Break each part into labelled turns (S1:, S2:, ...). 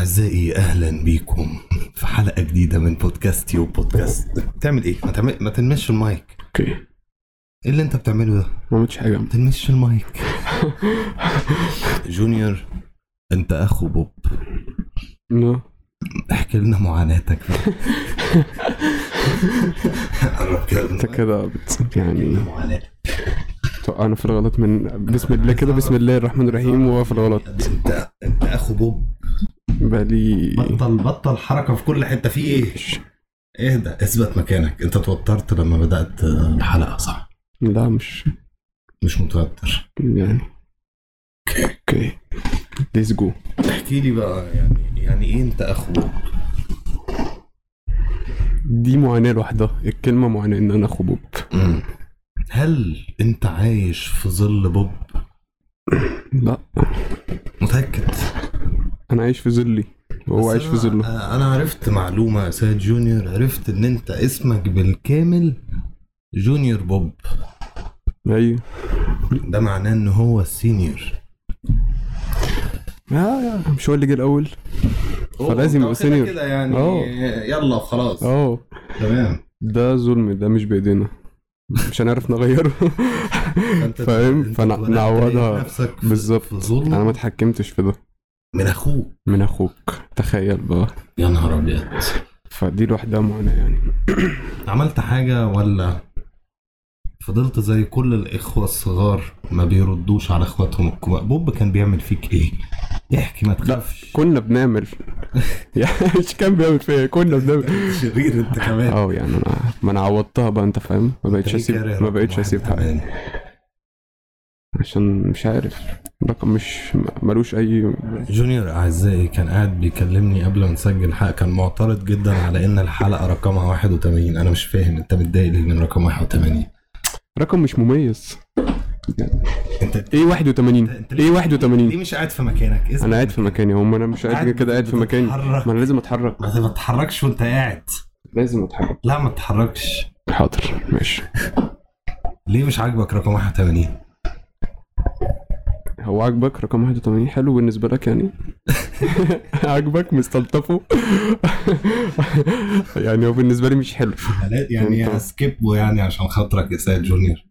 S1: أعزائي أهلا بيكم في حلقة جديدة من بودكاست يو بودكاست بتعمل إيه؟ ما, تعمل... ما تلمسش المايك
S2: اوكي
S1: إيه اللي أنت بتعمله ده؟
S2: ما عملتش حاجه
S1: ما تلمسش المايك جونيور أنت أخو بوب
S2: نو
S1: احكي لنا معاناتك قرب كده من
S2: انت
S1: المايك.
S2: كده بت...
S1: احكي لنا
S2: يعني
S1: معاناتك
S2: توقعنا في الغلط من بسم الله كده بسم الله الرحمن الرحيم وفي الغلط
S1: أنت أنت أخو بوب
S2: بقالي
S1: بطل بطل حركة في كل حتة في إيه؟ اهدى اثبت مكانك أنت توترت لما بدأت الحلقة صح؟
S2: لا مش
S1: مش متوتر
S2: يعني اوكي ليتس جو
S1: احكي لي بقى يعني يعني ايه انت اخو بوب؟
S2: دي معاناه لوحدها الكلمه معاناه ان انا اخو بوب
S1: هل انت عايش في ظل بوب؟
S2: لا
S1: متاكد
S2: انا عايش في ظلي
S1: بس
S2: وهو عايش
S1: أنا-
S2: في ظله
S1: انا عرفت معلومه يا سيد جونيور عرفت ان انت اسمك بالكامل جونيور بوب
S2: ايوه
S1: ده معناه ان هو السينيور
S2: آه، آه، مش هو اللي جه الاول فلازم يبقى
S1: هو كده
S2: سينيور.
S1: كده يعني
S2: أوه.
S1: يلا وخلاص
S2: اه
S1: تمام
S2: ده ظلم ده مش بايدينا مش هنعرف نغيره
S1: فانت
S2: فاهم؟
S1: أنت
S2: فنع-
S1: اتولدت
S2: نعوضها
S1: تلاقي نفسك في-
S2: بالظبط.
S1: في
S2: انا ما
S1: ظل
S2: اتحكمتش في ده
S1: من اخوك
S2: من اخوك تخيل بقى
S1: يا نهار ابيض
S2: فدي لوحدها معاناه يعني
S1: عملت حاجة ولا فضلت زي كل الإخوة الصغار ما بيردوش على إخواتهم الكبار بوب كان بيعمل فيك إيه؟ احكي ما تخافش
S2: كنا بنعمل يعني مش كان بيعمل فيا كنا بنعمل
S1: شرير أنت كمان
S2: اه يعني انا ما انا عوضتها بقى انت فاهم ما بقتش اسيب ما بقتش اسيب حاجه
S1: حاجة
S2: عشان مش عارف رقم مش ملوش اي
S1: جونيور أعزائي كان قاعد بيكلمني قبل ما نسجل الحلقة كان معترض جدا على إن الحلقة رقمها 81 أنا مش فاهم أنت متضايق ليه من رقم 81
S2: رقم مش مميز
S1: أنت
S2: ايه 81 ايه 81
S1: ليه مش قاعد في مكانك؟
S2: انا قاعد في مكاني هم انا مش قاعد كده قاعد في مكاني
S1: بتتحرك.
S2: ما انا لازم اتحرك
S1: ما تتحركش وأنت قاعد
S2: لازم اتحرك
S1: لا ما تتحركش
S2: حاضر ماشي
S1: ليه مش عاجبك رقم 81
S2: هو عاجبك رقم 81 حلو بالنسبة لك يعني عاجبك مستلطفه يعني هو بالنسبة لي مش حلو
S1: يعني
S2: أنت-
S1: هسكيبه يعني عشان خاطرك يا سيد جونيور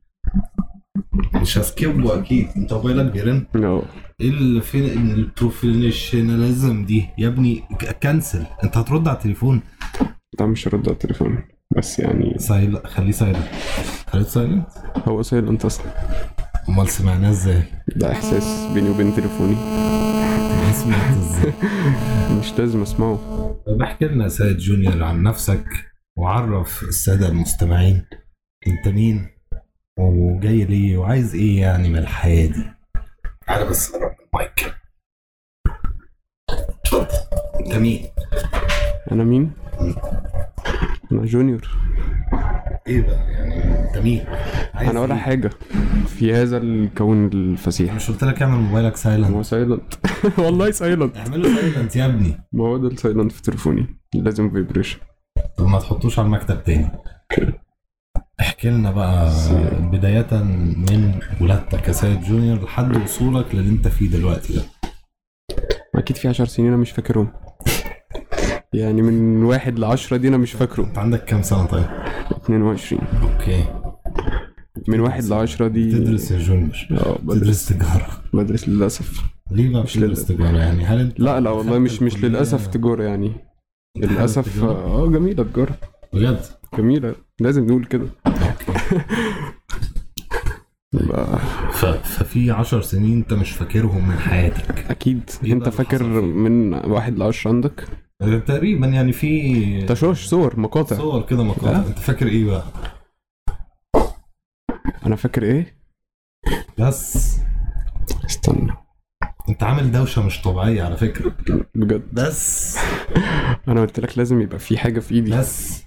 S1: مش هسكيبه اكيد انت موبايلك بيرن
S2: no.
S1: ايه اللي فين البروفيشناليزم دي يا ابني ك- كنسل انت هترد على التليفون
S2: ده مش هرد على التليفون بس يعني
S1: سايل خليه سايلنت خليه سايلنت
S2: هو سايلنت اصلا
S1: امال سمعناه ازاي؟
S2: ده احساس بيني وبين تليفوني
S1: ما سمعت ازاي؟
S2: مش لازم اسمعه
S1: طب احكي لنا يا سيد جونيور عن نفسك وعرف الساده المستمعين انت مين وجاي ليه وعايز ايه يعني من الحياه دي تعالى بس قرب من المايك اتفضل انت مين
S2: انا مين انا جونيور
S1: ايه بقى يعني انت مين عايز
S2: انا ولا
S1: إيه؟
S2: حاجة في هذا الكون الفسيح
S1: مش قلت لك اعمل موبايلك سايلنت
S2: هو سايلنت والله سايلنت
S1: اعمله سايلنت يا ابني
S2: ما هو ده السايلنت في تليفوني لازم فايبريشن
S1: طب ما تحطوش على المكتب تاني احكي لنا بقى بداية من ولادتك يا سيد جونيور لحد وصولك للي انت فيه دلوقتي ده
S2: اكيد في عشر سنين انا مش فاكرهم يعني من واحد لعشرة دي انا مش فاكره
S1: انت عندك كام سنة طيب؟
S2: 22
S1: اوكي
S2: من واحد لعشرة دي
S1: تدرس يا جونيور
S2: اه بدرس
S1: تدرس تجارة
S2: بدرس للاسف
S1: ليه بقى
S2: مش
S1: بتدرس تجارة يعني هل انت
S2: لا لا والله مش مش
S1: الكلية-
S2: للاسف تجارة يعني
S1: انت حابب
S2: للاسف
S1: التجارة؟
S2: اه جميلة تجارة
S1: بجد
S2: جميلة لازم نقول كده بقى
S1: ف... ففي 10 سنين انت مش فاكرهم من حياتك
S2: اكيد
S1: إيه بقى
S2: انت
S1: اللي
S2: فاكر
S1: حصل؟
S2: من واحد لعشرة عندك
S1: تقريبا يعني في
S2: تشوش صور مقاطع
S1: صور كده مقاطع
S2: لا.
S1: انت فاكر ايه بقى؟
S2: انا فاكر ايه
S1: بس
S2: استنى
S1: انت عامل دوشة مش طبيعية على فكرة
S2: بجد
S1: بس
S2: انا قلت لك لازم يبقى في حاجة في ايدي
S1: بس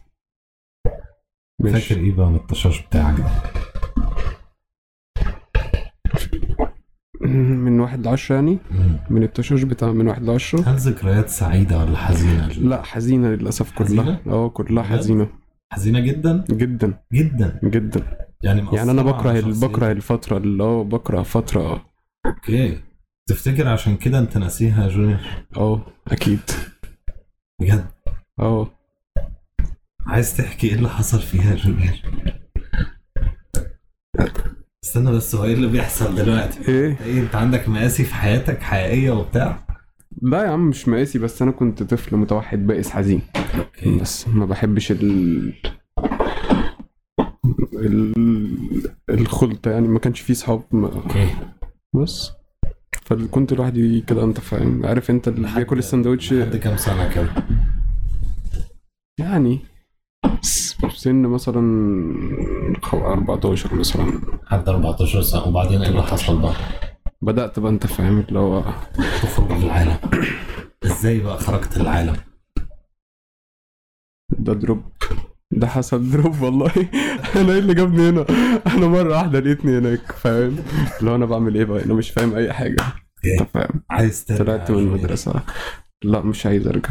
S2: ماشي
S1: فاكر ايه بقى من الطشاش بتاعك ده؟
S2: من واحد لعشرة يعني
S1: مم.
S2: من التشوش بتاع من واحد لعشرة
S1: هل ذكريات سعيدة ولا حزينة؟
S2: لا حزينة للأسف كلها
S1: حزينة؟
S2: اه كلها
S1: بجد؟
S2: حزينة
S1: حزينة جدا
S2: جدا
S1: جدا
S2: جدا
S1: يعني
S2: يعني أنا
S1: مأثرة على
S2: بكره ال-
S1: شخصيتك.
S2: بكره الفترة اللي اه بكره فترة
S1: اوكي تفتكر عشان كده انت ناسيها يا جونيور
S2: اه اكيد
S1: بجد
S2: اه
S1: عايز تحكي ايه اللي حصل فيها يا جونيور استنى بس هو ايه اللي بيحصل دلوقتي
S2: ايه
S1: ايه انت عندك مقاسي في حياتك حقيقيه وبتاع
S2: لا يا عم مش مقاسي بس انا كنت طفل متوحد بائس حزين
S1: اوكي
S2: بس ما بحبش ال ال- الخلطة يعني ما كانش فيه صحاب ما...
S1: اوكي
S2: بس فكنت لوحدي كده انت فاهم عارف انت اللي
S1: لحد-
S2: بياكل السندوتش
S1: لحد كام سنه كده
S2: يعني س- سن مثلا خو- 14 مثلا
S1: لحد 14 سنه وبعدين ايه اللي حصل بقى
S2: بدأت بقى انت فاهم اللي هو
S1: تخرج للعالم ازاي بقى خرجت للعالم
S2: ده دروب ده حصل دروب والله انا ايه اللي جابني هنا انا مره واحده لقيتني هناك فاهم اللي هو انا بعمل ايه بقى انا مش فاهم اي حاجه انت فاهم
S1: عايز ترجع
S2: طلعت من
S1: يا جونيور.
S2: المدرسه لا مش عايز ارجع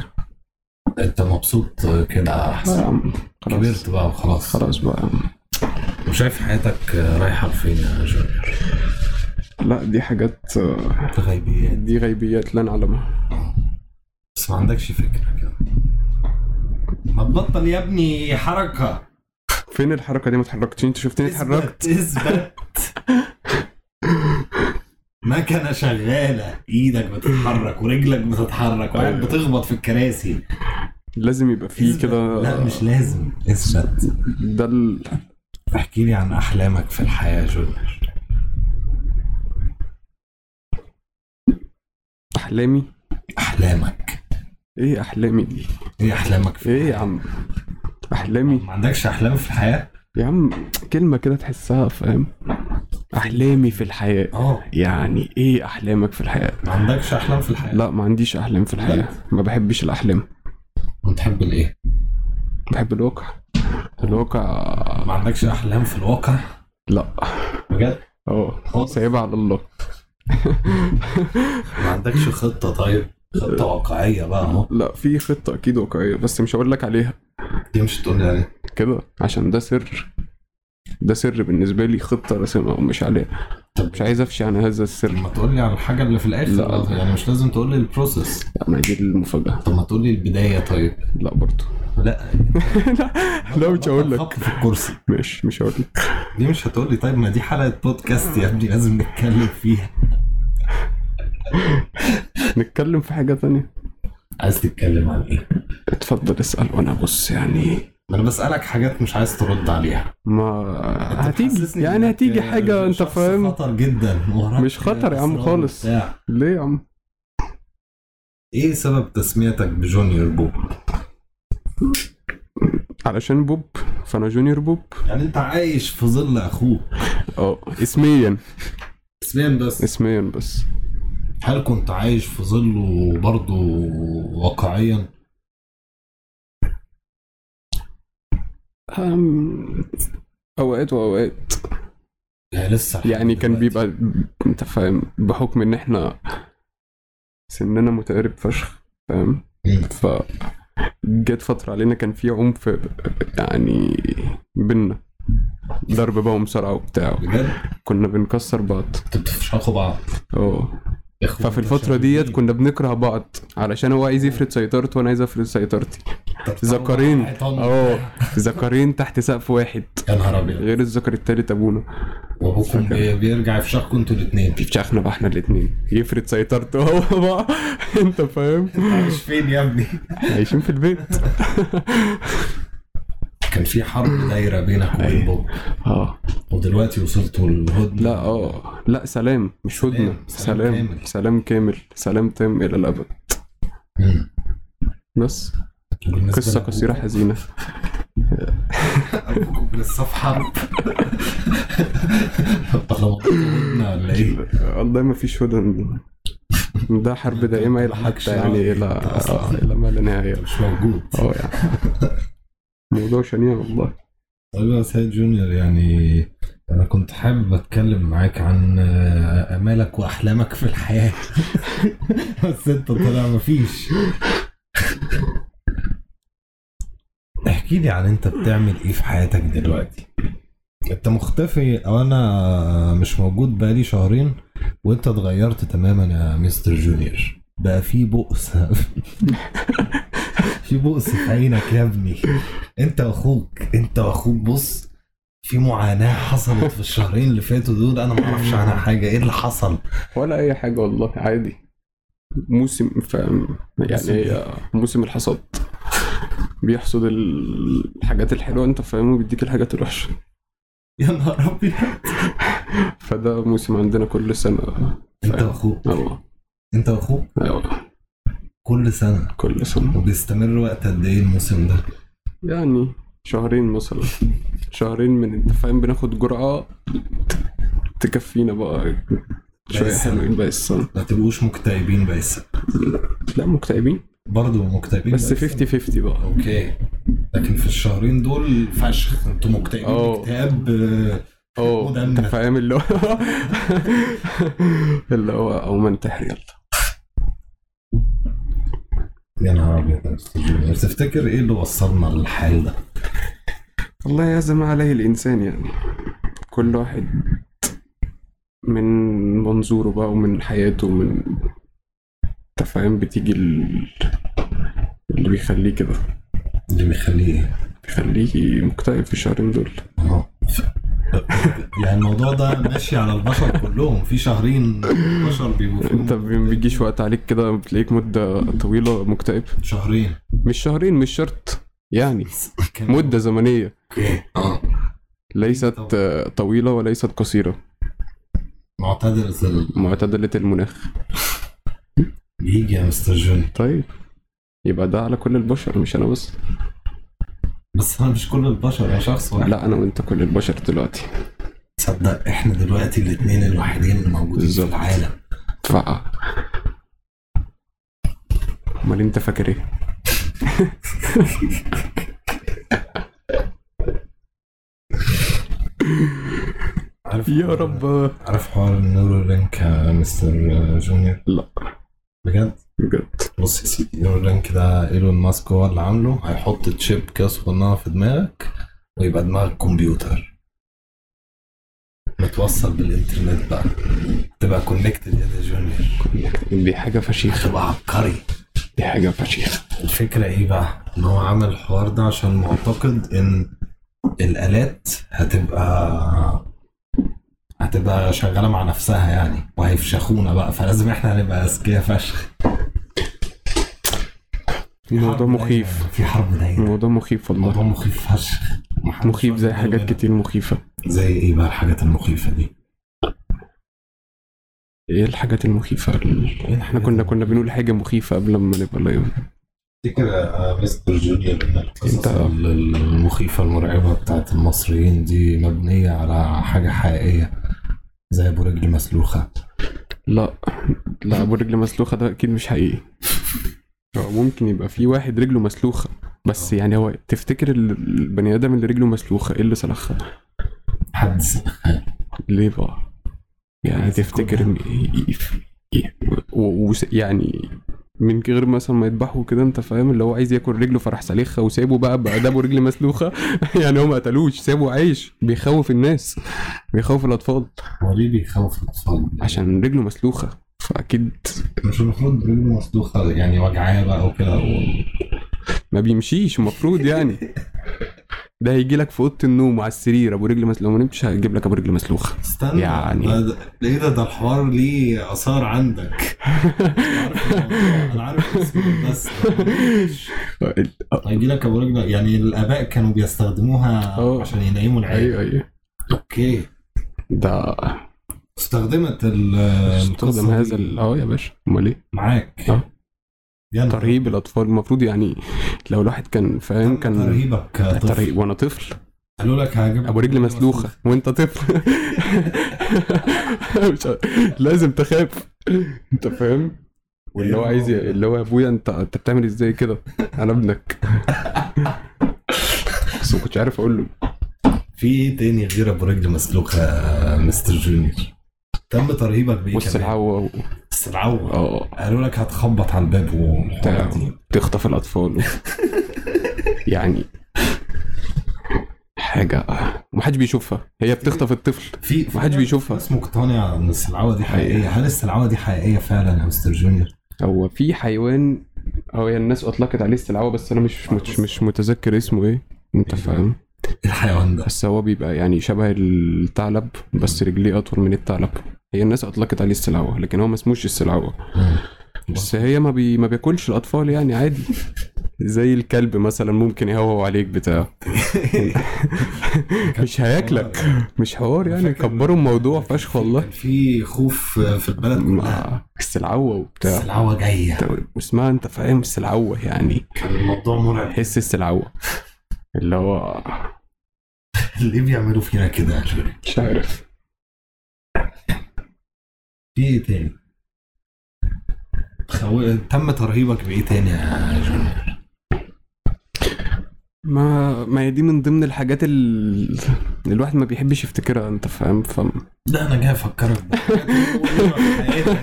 S1: انت مبسوط كده
S2: لا
S1: احسن
S2: يا عم خلاص
S1: كبرت بقى وخلاص
S2: خلاص بقى يا عم.
S1: وشايف حياتك رايحه لفين يا جونيور
S2: لا دي حاجات آه،
S1: غيبيات
S2: دي غيبيات لا نعلمها
S1: بس ما عندكش فكره كده ما تبطل يا ابني حركه
S2: فين الحركه دي ما اتحركتش انت شفتني اتحركت
S1: اثبت اثبت مكنه شغاله ايدك بتتحرك ورجلك بتتحرك وقاعد
S2: أيوة.
S1: بتخبط في الكراسي
S2: لازم يبقى فيه
S1: اثبت.
S2: كده
S1: لا مش لازم اثبت
S2: ده ال...
S1: احكي لي عن احلامك في الحياه يا جونيور
S2: احلامي
S1: احلامك
S2: ايه احلامي دي
S1: ايه احلامك في
S2: ايه يا عم احلامي
S1: ما عندكش احلام في الحياه
S2: يا عم كلمه كده تحسها فاهم احلامي في الحياه
S1: اه
S2: يعني ايه احلامك في الحياه
S1: ما عندكش احلام في الحياه
S2: لا ما عنديش احلام في الحياه ما بحبش الاحلام
S1: بتحب الايه
S2: بحب الواقع الواقع
S1: ما عندكش احلام في الواقع
S2: لا
S1: بجد
S2: اه
S1: خالص.
S2: سايبها على الله
S1: ما عندكش خطه طيب خطه واقعيه بقى اهو
S2: لا في خطه اكيد واقعيه بس مش هقول لك عليها
S1: دي مش تقول لي عليها
S2: كده عشان ده سر ده سر بالنسبه لي خطه راسمها ومش عليها
S1: طب
S2: مش عايز افشي عن هذا السر
S1: ما تقول لي على الحاجه اللي في الاخر
S2: لا.
S1: بقى. يعني مش لازم تقول لي البروسيس
S2: لا يعني ما هي دي المفاجاه
S1: طب ما تقول لي البدايه طيب
S2: لا برضو
S1: لا
S2: لا مش هقول لك
S1: خبط في الكرسي
S2: ماشي مش هقول لك
S1: دي مش هتقول لي طيب ما دي حلقه بودكاست يا ابني لازم نتكلم فيها
S2: نتكلم في حاجه تانية
S1: عايز تتكلم عن ايه
S2: اتفضل اسال وانا بص يعني
S1: ما انا بسالك حاجات مش عايز ترد عليها
S2: ما
S1: أنت
S2: هتيجي
S1: بتحسسني
S2: يعني
S1: إنك
S2: هتيجي حاجه انت
S1: شخص
S2: فاهم
S1: خطر جدا وراك
S2: مش خطر يا عم
S1: أسرار
S2: خالص.
S1: وبتاع.
S2: ليه يا عم
S1: ايه سبب تسميتك بجونيور بوب
S2: علشان بوب فانا جونيور بوب
S1: يعني انت عايش في ظل اخوك
S2: اه اسميا
S1: اسمين بس
S2: اسميا بس
S1: هل كنت عايش في ظله برضه واقعيا
S2: أم، اوقات واوقات
S1: يعني لسه لحد
S2: يعني كان
S1: دلوقتي.
S2: بيبقى انت فاهم بحكم ان احنا سننا متقارب فشخ فاهم
S1: مم.
S2: ف جت فترة علينا كان في عنف يعني بينا ضرب بقى ومصارعة وبتاع
S1: بجد
S2: كنا بنكسر بعض
S1: كنت بتفشخوا بعض
S2: اه ففي الفترة ديت كنا بنكره بعض علشان هو عايز يفرض سيطرته وانا عايز افرض سيطرتي ذكرين اه ذكرين تحت سقف واحد
S1: يا نهار ابيض
S2: غير الذكر التالت ابونا
S1: وابوكم بي- بيرجع يفشخكم انتوا الاثنين
S2: شفشخنا بقى احنا الاتنين يفرض سيطرته هو بقى انت فاهم
S1: عايش فين يا ابني
S2: عايشين في البيت
S1: كان في حرب دايره بينك وبين
S2: أيوة.
S1: بوب
S2: اه
S1: ودلوقتي وصلتوا للهدنه
S2: لا اه لا سلام مش هدنه
S1: سلام،
S2: سلام
S1: سلام
S2: سلام كامل.
S1: كامل.
S2: سلام كامل سلام تام الى الابد
S1: مم.
S2: بس
S1: بالنسبة
S2: قصه
S1: لأبوك-
S2: قصيره حزينه
S1: ابوكم من الصفحه طالما هدنه ولا ايه؟
S2: والله ما فيش هدن ده حرب دائمه الى حتى يعني الى آه، الى ما لا نهايه
S1: مش موجود
S2: اه يعني موضوع شنيع والله
S1: طيب يا سيد جونيور يعني انا كنت حابب اتكلم معاك عن آه، امالك واحلامك في الحياه بس انت طلع مفيش احكي لي عن انت بتعمل ايه في حياتك دلوقتي انت مختفي او انا مش موجود بقالي شهرين وانت اتغيرت تماما يا مستر جونيور بقى في بؤس في بؤس في عينك يا ابني انت واخوك انت واخوك بص في معاناه حصلت في الشهرين اللي فاتوا دول انا ما اعرفش عنها حاجه ايه اللي حصل
S2: ولا اي حاجه والله عادي موسم ف... يعني هي موسم الحصاد بيحصد ال- الحاجات الحلوه انت فاهمه بيديك الحاجات الوحشه
S1: يا نهار ابيض
S2: فده موسم عندنا كل سنه
S1: انت واخوك
S2: اه
S1: انت واخوك
S2: اه
S1: كل سنه
S2: كل سنه
S1: وبيستمر وقت قد ايه الموسم ده
S2: يعني شهرين مثلا شهرين من انت فاهم بناخد جرعه تكفينا بقى شويه
S1: السنة.
S2: حلوين باقي السنه
S1: ما تبقوش مكتئبين بقى السنة.
S2: لا مكتئبين
S1: برضه مكتئبين
S2: بس
S1: بقى السنة.
S2: 50 50 بقى
S1: اوكي لكن في الشهرين دول فشخ انتوا مكتئبين
S2: اه.
S1: اكتئاب آه،
S2: اه انت
S1: مدمر.
S2: فاهم اللي هو اللي هو او ما انتحر يلا
S1: يا نهار ابيض يا أستاذ جونيور. تفتكر ايه اللي وصلنا للحال ده؟
S2: والله يعزم عليه الانسان يعني كل واحد من منظوره بقى ومن حياته ومن انت فاهم بتيجي ال- اللي بيخليه كده
S1: اللي بيخليه ايه؟
S2: بيخليه مكتئب في الشهرين دول
S1: اه. يعني الموضوع ده ماشي على البشر كلهم في شهرين البشر بيبقوا فيهم
S2: انت ما بيجيش وقت عليك كده بتلاقيك مدة طويلة مكتئب
S1: شهرين
S2: مش شهرين مش شرط يعني
S1: كان-
S2: مدة زمنية
S1: اوكي اه
S2: ليست آه، طويلة وليست قصيرة
S1: معتدل زي ال-
S2: معتدلة المناخ
S1: بيجي يا مستر جوني
S2: طيب يبقى ده على كل البشر مش انا بس
S1: بس انا مش كل البشر انا شخص واحد
S2: لا انا وانت كل البشر دلوقتي
S1: تصدق احنا دلوقتي الاثنين الوحيدين اللي موجودين في
S2: بالظبط.
S1: العالم
S2: ف امال انت فاكر ايه؟
S1: عارف
S2: يا رب
S1: عارف حوار النورو لينك يا مستر جونيور
S2: لا
S1: بجد
S2: بجد
S1: بص يا سيدي النورو لينك ده ايلون ماسك هو اللي عامله هيحط تشيب كده صغننه في دماغك ويبقى دماغك كمبيوتر متوصل بالانترنت بقى تبقى كونكتد يا جونيور
S2: دي حاجه فشيخه
S1: تبقى عبقري
S2: دي حاجه فشيخه
S1: الفكرة ايه بقى؟ ان هو عمل الحوار ده عشان معتقد ان الالات هتبقى هتبقى شغالة مع نفسها يعني وهيفشخونا بقى فلازم احنا نبقى اذكياء فشخ
S2: الموضوع
S1: حرب
S2: مخيف
S1: دايرة، في حرب دايرة
S2: الموضوع مخيف والله
S1: الموضوع مخيف فشخ محدش
S2: مخيف زي
S1: واخد باله
S2: حاجات
S1: منها.
S2: كتير مخيفه
S1: زي ايه بقى الحاجات المخيفة دي؟
S2: ايه الحاجات المخيفه اللي احنا كنا كنا بنقول حاجه مخيفه قبل ما نبقى لايف
S1: تفتكر يا مستر جونيور ان
S2: أنت-
S1: القصص ال- ال- المخيفة المرعبة بتاعت المصريين دي مبنية على حاجة حقيقية زي برج المسلوخة
S2: لا لا ابو رجل مسلوخه ده اكيد مش حقيقي هو ممكن يبقى في واحد رجله مسلوخه بس يعني هو تفتكر ال- البني ادم اللي رجله مسلوخه ايه اللي سلخها
S1: حد
S2: ليه بقى؟ يعني
S1: عايز
S2: تفتكر
S1: أكلها.
S2: إن- إيه- إيه- و- و- يعني من غير مثلا ما يذبحه كده انت فاهم اللي هو عايز ياكل رجله فراح سالخها وسابه بقى بقى ده أبو رجل مسلوخه يعني هو ما قتلوش سابه عايش بيخوف الناس بيخوف الاطفال
S1: هو ليه بيخوف الاطفال؟
S2: عشان رجله مسلوخه فاكيد
S1: مش المفروض رجله مصدوخه يعني وجعاه بقى وكده و-
S2: ما بيمشيش المفروض يعني ده هيجي لك في اوضه النوم على السرير ابو رجل مسلوخه لو ما نمتش هجيب لك ابو رجل مسلوخه
S1: استنى
S2: يعني.
S1: ده- ده- ايه ده ده الحوار ليه اثار عندك أنا عارف الموضوع، انا عارف اسمه بس هيجي لك ابو رجل يعني الاباء كانوا بيستخدموها
S2: آه.
S1: عشان ينيموا العيال
S2: ايوه ايوه
S1: اوكي
S2: ده
S1: استخدمت ال
S2: استخدم
S1: القصة دي
S2: هذا ال- اه يا باشا امال ايه
S1: معاك
S2: آه.
S1: يا نهار.
S2: ترهيب الاطفال المفروض يعني لو الواحد كان فاهم كان
S1: ترهيبك يا طفل.
S2: ترهيب وانا طفل
S1: قالوا لك هجيب
S2: ابو رجل مسلوخه وانت طفل مش عارف. لازم تخاف انت فاهم واللي هو عايز ي- اللي هو يا ابويا انت انت بتعمل ازاي كده انا ابنك بس ما كنتش عارف اقول له
S1: في ايه تاني غير ابو رجل مسلوخه يا مستر جونيور تم ترهيبك بيه
S2: بص
S1: إيه كمان.
S2: الحوا
S1: استدعوه
S2: اه
S1: قالوا لك هتخبط على الباب والحوارات دي.
S2: تخطف الاطفال يعني حاجه ومحدش بيشوفها هي بتخطف الطفل
S1: في في
S2: محدش بيشوفها
S1: ناس مقتنعه ان السلعوه دي حقيقيه هل السلعوه دي حقيقيه فعلا يا مستر جونيور؟
S2: هو في حيوان هو هي الناس اطلقت عليه استلعابه بس انا مش مش مش متذكر اسمه ايه انت فاهم
S1: إيه الحيوان ده
S2: بس هو بيبقى يعني شبه الثعلب بس رجليه اطول من الثعلب هي الناس اطلقت عليه السلعوه لكن هو ما اسموش السلعوه بس هي ما بي ما بياكلش الاطفال يعني عادي زي الكلب مثلا ممكن يهوهو عليك بتاع مش هياكلك مش حوار يعني
S1: فاكر-
S2: كبروا الموضوع فشخ والله
S1: كان في خوف في البلد كلها
S2: ما- السلعوه وبتاع
S1: السلعوه جايه
S2: واسمها انت فاهم السلعوه يعني
S1: كان الموضوع مرعب
S2: حس السلعوه اللي هو
S1: ليه بيعملوا فينا كده يا جونيور؟
S2: مش عارف
S1: في ايه تاني؟ خو... تم ترهيبك بايه تاني يا جونيور؟
S2: ما ما هي دي من ضمن الحاجات ال- اللي الواحد ما بيحبش يفتكرها انت فاهم فاهم
S1: لا انا جاي افكرك بحاجات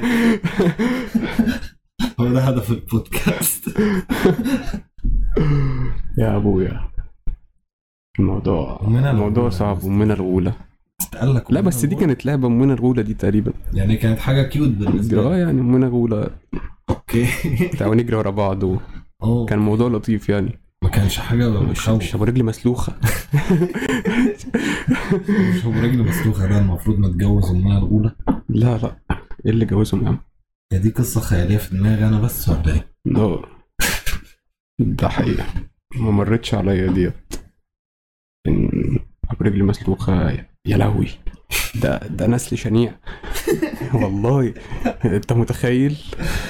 S1: هو ده هدف البودكاست
S2: يا ابويا الموضوع
S1: ومن الغولة.
S2: الموضوع صعب ومن الغولة
S1: قال لك
S2: لا بس دي كانت لعبة من الغولة دي تقريبا
S1: يعني كانت حاجه كيوت بالنسبه
S2: اه
S1: لي
S2: يعني من الغولة
S1: اوكي
S2: بتاع نجري ورا بعض وكان
S1: اه
S2: الموضوع لطيف يعني
S1: ما كانش حاجه
S2: مش مش
S1: بتخوف
S2: ابو رجلي مسلوخة
S1: مش هو رجل مسلوخه ده المفروض متجوز المره الاولى
S2: لا لا ايه اللي جوزهم يا عم
S1: هي دي قصه خياليه في دماغي انا بس ولا ايه؟
S2: لا ده حقيقة ما مرتش عليا ديت إن أبو رجلي مسلوخة يا لهوي ده ده نسل شنيع والله انت متخيل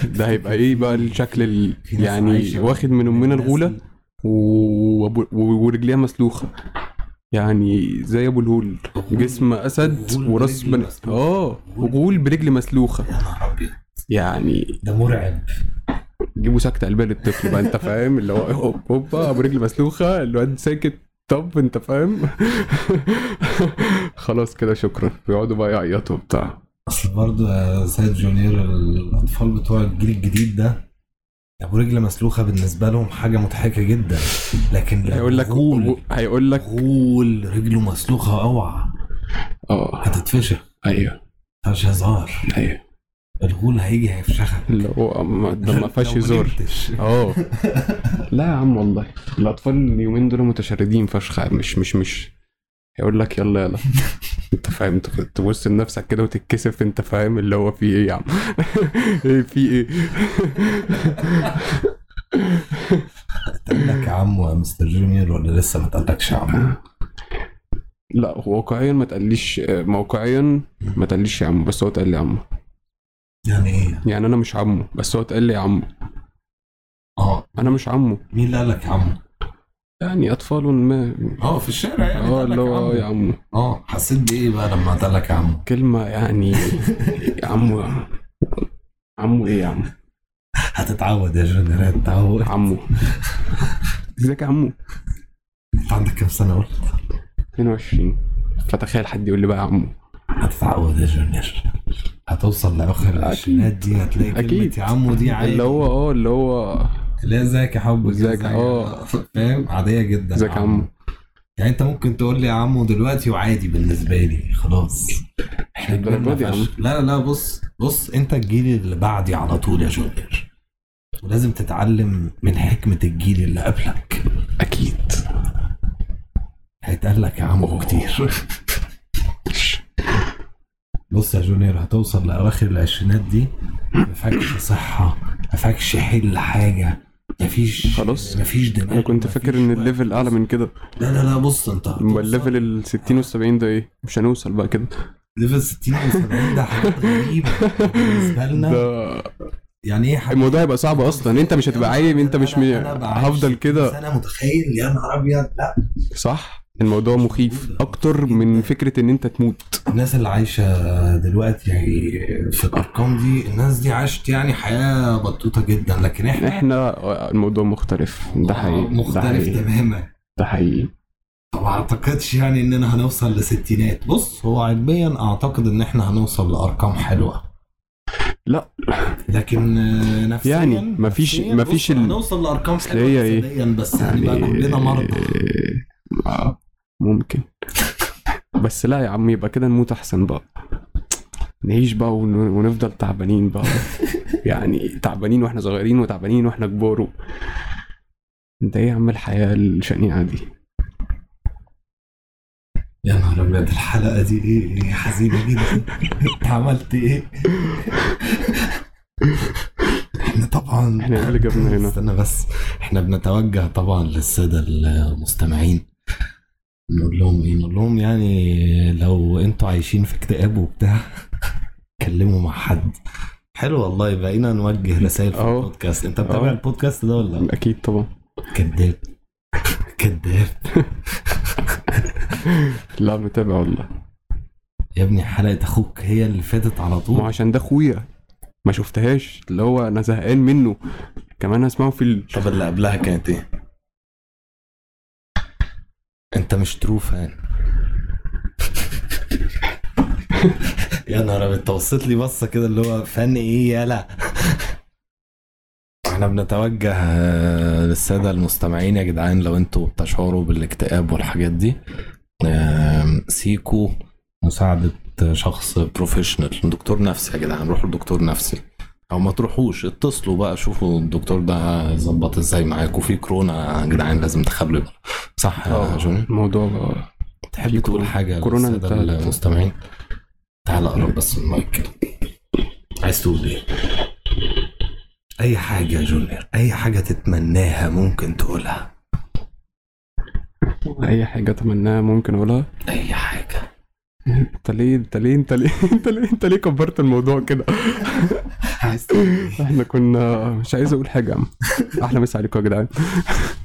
S2: ده هيبقى ايه بقى الشكل ال...
S1: في ناس
S2: يعني
S1: عايشة
S2: واخد من امنا
S1: الناس
S2: الغولة
S1: دي-
S2: و... وأبو- و... ورجليها مسلوخة يعني زي ابو الهول جسم اسد
S1: غول
S2: وراس
S1: برجل
S2: بن...
S1: مسلوخة.
S2: اه وغول برجل مسلوخة
S1: يا نهار ابيض
S2: يعني
S1: ده مرعب
S2: جيبوا سكتة قلبية للطفل بقى انت فاهم اللي هو هوب هوبا ابو رجل مسلوخة الواد ساكت طب انت فاهم خلاص كده شكرا بيقعدوا بقى يعيطوا بتاع
S1: اصل برضه يا سيد جونيور الاطفال بتوع الجيل الجديد ده ابو رجل مسلوخه بالنسبه لهم حاجه مضحكه جدا لكن لما
S2: هيقول لك
S1: غول
S2: هيقول لك
S1: غول رجله مسلوخه اوعى
S2: اه
S1: هتتفشخ
S2: ايوه
S1: مفيهاش هزار
S2: ايوه
S1: الغول هيجي هيفشخك
S2: اللي هو ما- ده ما فيهاش
S1: لو
S2: هزار
S1: نمتش.
S2: اه لا يا عم والله الاطفال اليومين دول متشردين فشخ مش مش مش هيقول لك يلا يلا انت فاهم تف- تبص لنفسك كده وتتكسف انت فاهم اللي هو في ايه يا عم ايه في ايه
S1: اتقال لك يا عمو يا مستر جونيور ولا لسه ما اتقالكش يا عمو
S2: لا هو واقعيا ما تقليش آه، موقعيا ما تقليش يا عم بس هو اتقال لي عمو
S1: يعني ايه
S2: يعني انا مش عمو بس هو اتقال لي يا عمو
S1: اه
S2: انا مش عمو
S1: مين اللي قال لك يا عمو
S2: يعني اطفال ما
S1: اه في الشارع يعني
S2: اه
S1: اتقال لك
S2: اللي
S1: يا
S2: هو يا
S1: عمو.
S2: عمو
S1: اه حسيت بايه بقى لما اتقال لك يا عمو
S2: كلمة يعني يا عمو عمو ايه يا عمو
S1: هتتعود يا جونيور هتتعود
S2: عمو ازيك يا عمو
S1: انت عندك كام سنه قول
S2: 22 فتخيل حد يقول لي بقى يا عمو
S1: هتتعود يا جونيور هتوصل لاخر العشرينات دي هتلاقي
S2: أكيد.
S1: كلمه يا عمو دي عادي
S2: اللي هو اه اللي هو
S1: لا ازيك يا حب
S2: ازيك؟ اه.
S1: فاهم عاديه جدا
S2: ازيك يا عمو
S1: يعني انت ممكن تقول لي يا عمو دلوقتي وعادي بالنسبه لي خلاص احنا
S2: مش الدرجة
S1: كبرنا
S2: دي يا عم.
S1: فشخ. لا لا لا بص بص انت الجيل اللي بعدي على طول يا جونيور ولازم تتعلم من حكمه الجيل اللي قبلك
S2: اكيد
S1: هيتقال لك يا عمو
S2: أوه.
S1: كتير بص يا جونيور هتوصل لاواخر العشرينات دي مفكش صحه مفكش حل حاجه مفيش
S2: خلاص.
S1: مفيش دماغ
S2: انا كنت
S1: مفيش
S2: فاكر ان
S1: وقت.
S2: الليفل اعلى من كده
S1: لا لا لا بص انت
S2: امال الليفل ال 60 وال 70 ده ايه مش هنوصل بقى كده
S1: ليفل 60 و70 ده حاجات غريبه بالنسبه لنا
S2: ده
S1: يعني ايه حاجات
S2: الموضوع هيبقى صعب اصلا انت مش هتبقى عايم انت مش مي... هفضل كده
S1: انا متخيل يا نهار ابيض لا
S2: صح الموضوع مخيف اكتر من فكره ان انت تموت
S1: الناس اللي عايشه دلوقتي يعني في الارقام دي الناس دي عاشت يعني حياه بطوطه جدا لكن احنا
S2: احنا آه، الموضوع مختلف ده حقيقي ده
S1: مختلف
S2: حقيقي
S1: تماما
S2: ده حقيقي
S1: فما اعتقدش يعني اننا هنوصل لستينات بص هو علميا اعتقد ان احنا هنوصل لارقام حلوه
S2: لا.
S1: لكن آه، نفسيا
S2: يعني مفيش-
S1: نفسيا،
S2: مفيش
S1: بص،
S2: ال-
S1: هنوصل لارقام
S2: أصل
S1: حلوه
S2: هي إيه؟
S1: يعني نفسيا بس هنبقى
S2: يعني-
S1: كلنا مرضى
S2: آه، ممكن بس لا يا عم يبقى كده نموت احسن بقى نعيش بقى ون- ونفضل تعبانين بقى يعني تعبانين واحنا صغيرين وتعبانين واحنا كبار و- انت ايه يا عم الحياه الشنيعه دي
S1: يا نهار ابيض الحلقه دي ايه إيه حزينه جدا انت عملت ايه؟ احنا طبعا
S2: احنا ايه اللي جابنا هنا
S1: استنى بس احنا بنتوجه طبعا للساده المستمعين نقول لهم ايه نقول لهم يعني لو انتوا عايشين في اكتئاب وبتاع كلموا مع حد حلو والله بقينا نوجه رسائل في
S2: أهو.
S1: البودكاست انت متابع
S2: أهو.
S1: البودكاست ده ولا لا؟
S2: اكيد طبعا
S1: كداب كداب
S2: لا متابع والله
S1: يا ابني حلقه اخوك هي اللي فاتت على
S2: ما هو
S1: طول
S2: عشان ده اخويا ما شفتهاش اللي هو انا زهقان منه كمان هسمعه في ال...
S1: طب اللي قبلها كانت ايه؟ انت مش ترو فان يا نهار ابيض انت بصيت لي بصه كده اللي هو فان ايه يالا احنا بنتوجه آه، للساده المستمعين يا جدعان لو انتوا بتشعروا بالاكتئاب والحاجات دي آه، آم، سيكو مساعده شخص بروفيشنال دكتور نفسي يا جدعان روحوا لدكتور نفسي او ما تروحوش اتصلوا بقى شوفوا الدكتور ده هيظبط ازاي معاكوا في كورونا يا جدعان لازم تخلوا بالكم. صح يا جوني
S2: آه، الموضوع بقى
S1: آه. تحب
S2: في
S1: تقول
S2: كورونا-
S1: حاجه
S2: كورونا
S1: للسادة
S2: انتهت.
S1: المستمعين تعال اقرب بس من المايك كده عايز تقول ايه اي حاجه يا جونيور اي حاجه تتمناها ممكن تقولها
S2: اي حاجه اتمناها ممكن اقولها
S1: اي حاجه
S2: انت ليه انت ليه انت ليه انت ليه انت ليه كبرت الموضوع كده
S1: عايز تقول ايه
S2: احنا كنا مش عايز اقول حاجه يا عم احلى مسا عليكم يا جدعان